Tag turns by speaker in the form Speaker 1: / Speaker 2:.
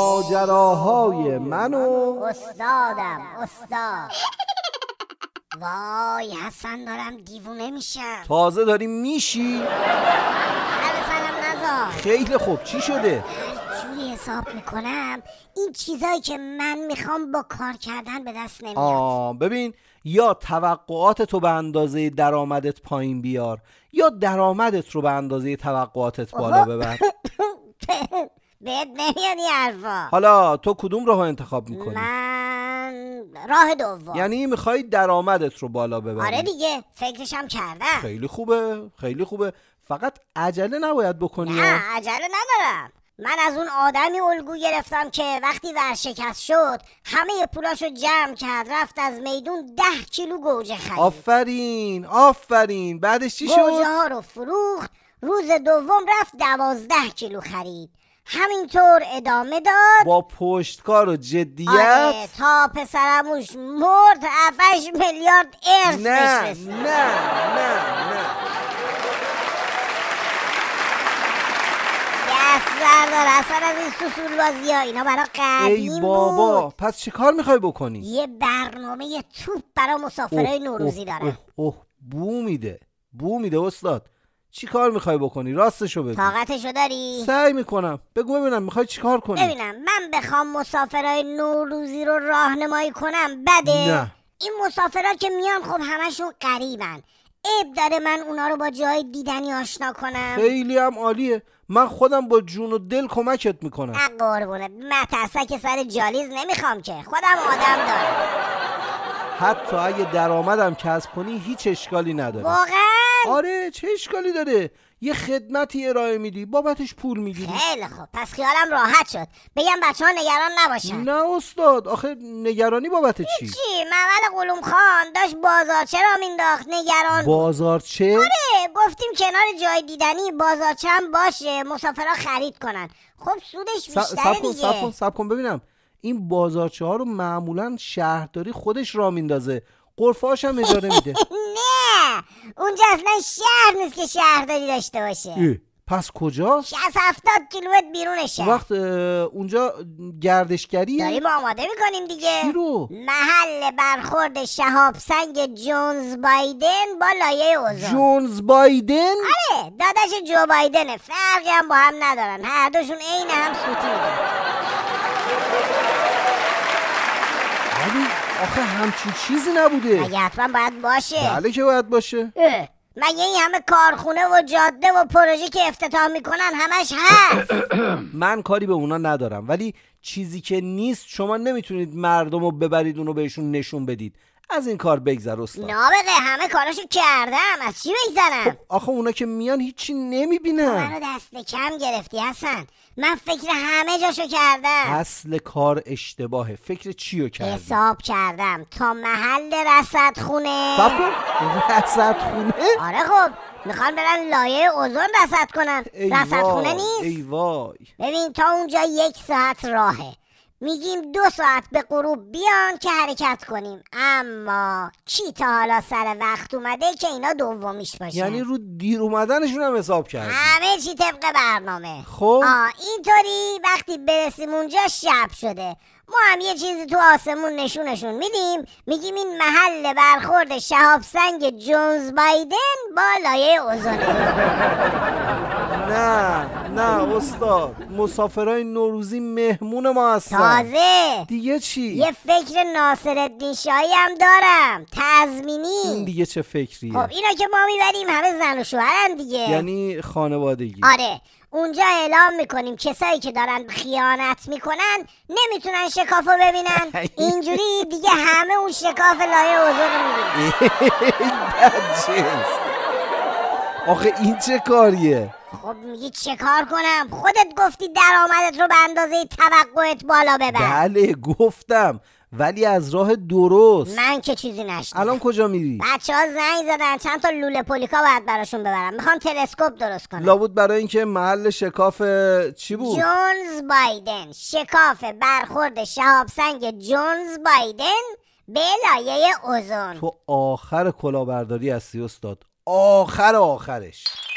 Speaker 1: ماجراهای من و
Speaker 2: استادم استاد وای حسن دارم دیوونه میشم
Speaker 1: تازه داری میشی
Speaker 2: سر سرم نزار
Speaker 1: خیلی خوب چی شده
Speaker 2: هر جوری حساب میکنم این چیزایی که من میخوام با کار کردن به دست نمیاد
Speaker 1: آه ببین یا توقعات تو به اندازه درآمدت پایین بیار یا درآمدت رو به اندازه توقعاتت بالا ببر
Speaker 2: بهت نمیاد این حرفا
Speaker 1: حالا تو کدوم راه انتخاب میکنی
Speaker 2: من راه دوم
Speaker 1: یعنی بله. میخوای درآمدت رو بالا ببری
Speaker 2: آره دیگه فکرشم کردم
Speaker 1: خیلی خوبه خیلی خوبه فقط عجله نباید بکنی ها.
Speaker 2: نه عجله ندارم من از اون آدمی الگو گرفتم که وقتی ورشکست شد همه پولاشو جمع کرد رفت از میدون ده کیلو گوجه خرید
Speaker 1: آفرین آفرین بعدش چی
Speaker 2: گوجه
Speaker 1: شد
Speaker 2: ها رو فروخت روز دوم رفت دوازده کیلو خرید همینطور ادامه داد
Speaker 1: با پشتکار و جدیت
Speaker 2: آره تا پسرموش مرد هفتش میلیارد ارث
Speaker 1: نه
Speaker 2: بهش رسید.
Speaker 1: نه نه نه
Speaker 2: دست بردار اصلا از این سوسول بازی ها اینا برا قدیم
Speaker 1: ای بابا
Speaker 2: بود
Speaker 1: پس چه کار میخوای بکنی
Speaker 2: یه برنامه توپ برا مسافرهای
Speaker 1: اوه،
Speaker 2: نوروزی
Speaker 1: اوه،
Speaker 2: دارم
Speaker 1: اوه، اوه، بو میده بو میده استاد چی کار میخوای بکنی راستشو بگو
Speaker 2: طاقتشو داری؟
Speaker 1: سعی میکنم بگو ببینم میخوای چیکار کنی
Speaker 2: ببینم من بخوام مسافرهای نوروزی رو راهنمایی کنم بده
Speaker 1: نه.
Speaker 2: این مسافرها که میان خب همشون قریبن عیب داره من اونا رو با جای دیدنی آشنا کنم
Speaker 1: خیلی هم عالیه من خودم با جون و دل کمکت میکنم
Speaker 2: نه قربونت مترسک سر جالیز نمیخوام که خودم آدم دارم
Speaker 1: حتی اگه درآمدم کسب کنی هیچ اشکالی نداره
Speaker 2: واقعا
Speaker 1: آره چه اشکالی داره یه خدمتی ارائه میدی بابتش پول میگیری
Speaker 2: خیلی خب پس خیالم راحت شد بگم بچه ها نگران نباشن
Speaker 1: نه استاد آخه نگرانی بابت چی
Speaker 2: چی محمد قلوم خان داشت بازارچه را مینداخت نگران
Speaker 1: بازارچه
Speaker 2: آره گفتیم کنار جای دیدنی بازارچه هم باشه مسافرها خرید کنن خب سودش
Speaker 1: س-
Speaker 2: بیشتره
Speaker 1: سب کن سب کن
Speaker 2: دیگه
Speaker 1: سب کن ببینم این بازارچه ها رو معمولا شهرداری خودش را میندازه قرفه هم اجاره میده
Speaker 2: نه اونجا اصلا شهر نیست که شهرداری داشته باشه
Speaker 1: اه، پس کجاست
Speaker 2: که از هفتاد کیلومتر بیرون
Speaker 1: اون
Speaker 2: شهر
Speaker 1: وقت اه، اونجا گردشگریه
Speaker 2: داریم آماده میکنیم
Speaker 1: چی
Speaker 2: دیگه
Speaker 1: رو
Speaker 2: محل برخورد شهاب سنگ جونز بایدن با لایه اوزون
Speaker 1: جونز بایدن
Speaker 2: آره داداش جو بایدنه فرقی هم با هم ندارن هر دوشون عین هم سوتی میدن
Speaker 1: ولی آره، آخه همچین چیزی نبوده
Speaker 2: مگه حتما باید باشه
Speaker 1: بله که باید باشه
Speaker 2: اه، مگه این همه کارخونه و جاده و پروژه که افتتاح میکنن همش هست
Speaker 1: من کاری به اونا ندارم ولی چیزی که نیست شما نمیتونید مردم رو ببرید اونو بهشون نشون بدید از این کار بگذر استاد
Speaker 2: نابغه همه کاراشو کردم از چی بگذرم
Speaker 1: آخه اونا که میان هیچی
Speaker 2: منو
Speaker 1: نمیبینن
Speaker 2: دست به کم گرفتی حسن من فکر همه جاشو کردم
Speaker 1: اصل کار اشتباهه فکر چیو کردی
Speaker 2: حساب کردم تا محل رسد خونه
Speaker 1: صبر کن رصد خونه
Speaker 2: آره خب میخوان برن لایه اوزون رسد کنن
Speaker 1: ای
Speaker 2: رسد خونه
Speaker 1: وای
Speaker 2: نیست
Speaker 1: ای وای
Speaker 2: ببین تا اونجا یک ساعت راهه میگیم دو ساعت به غروب بیان که حرکت کنیم اما کی تا حالا سر وقت اومده که اینا دومیش باشه
Speaker 1: یعنی رو دیر اومدنشون هم حساب کردی
Speaker 2: همه چی طبق برنامه
Speaker 1: خب
Speaker 2: آه اینطوری وقتی برسیم اونجا شب شده ما هم یه چیزی تو آسمون نشونشون میدیم میگیم این محل برخورد شهاب سنگ جونز بایدن با لایه
Speaker 1: خب.
Speaker 2: اوزونه
Speaker 1: نه نه استاد مسافرای نوروزی مهمون ما هستن
Speaker 2: تازه
Speaker 1: دیگه چی
Speaker 2: یه فکر ناصر الدین شاهی هم دارم
Speaker 1: این
Speaker 2: تزمینی
Speaker 1: دیگه چه فکریه
Speaker 2: خب اینا که ما میبریم همه زن و شوهرن دیگه
Speaker 1: یعنی خانوادگی
Speaker 2: آره اونجا اعلام میکنیم کسایی که دارن خیانت میکنن نمیتونن شکافو ببینن اینجوری دیگه همه اون شکاف لایه اوزون رو می‌بینن.
Speaker 1: بدجنس. آخه این چه کاریه
Speaker 2: خب میگی چه کار کنم خودت گفتی درآمدت رو به اندازه توقعت بالا ببر
Speaker 1: بله گفتم ولی از راه درست
Speaker 2: من که چیزی نشدم
Speaker 1: الان کجا میری
Speaker 2: بچه ها زنگ زدن چند تا لوله پولیکا باید براشون ببرم میخوام تلسکوپ درست کنم
Speaker 1: لابد برای اینکه محل شکاف چی بود
Speaker 2: جونز بایدن شکاف برخورد شهاب سنگ جونز بایدن به لایه اوزون
Speaker 1: تو آخر کلاهبرداری هستی استاد آخر آخرش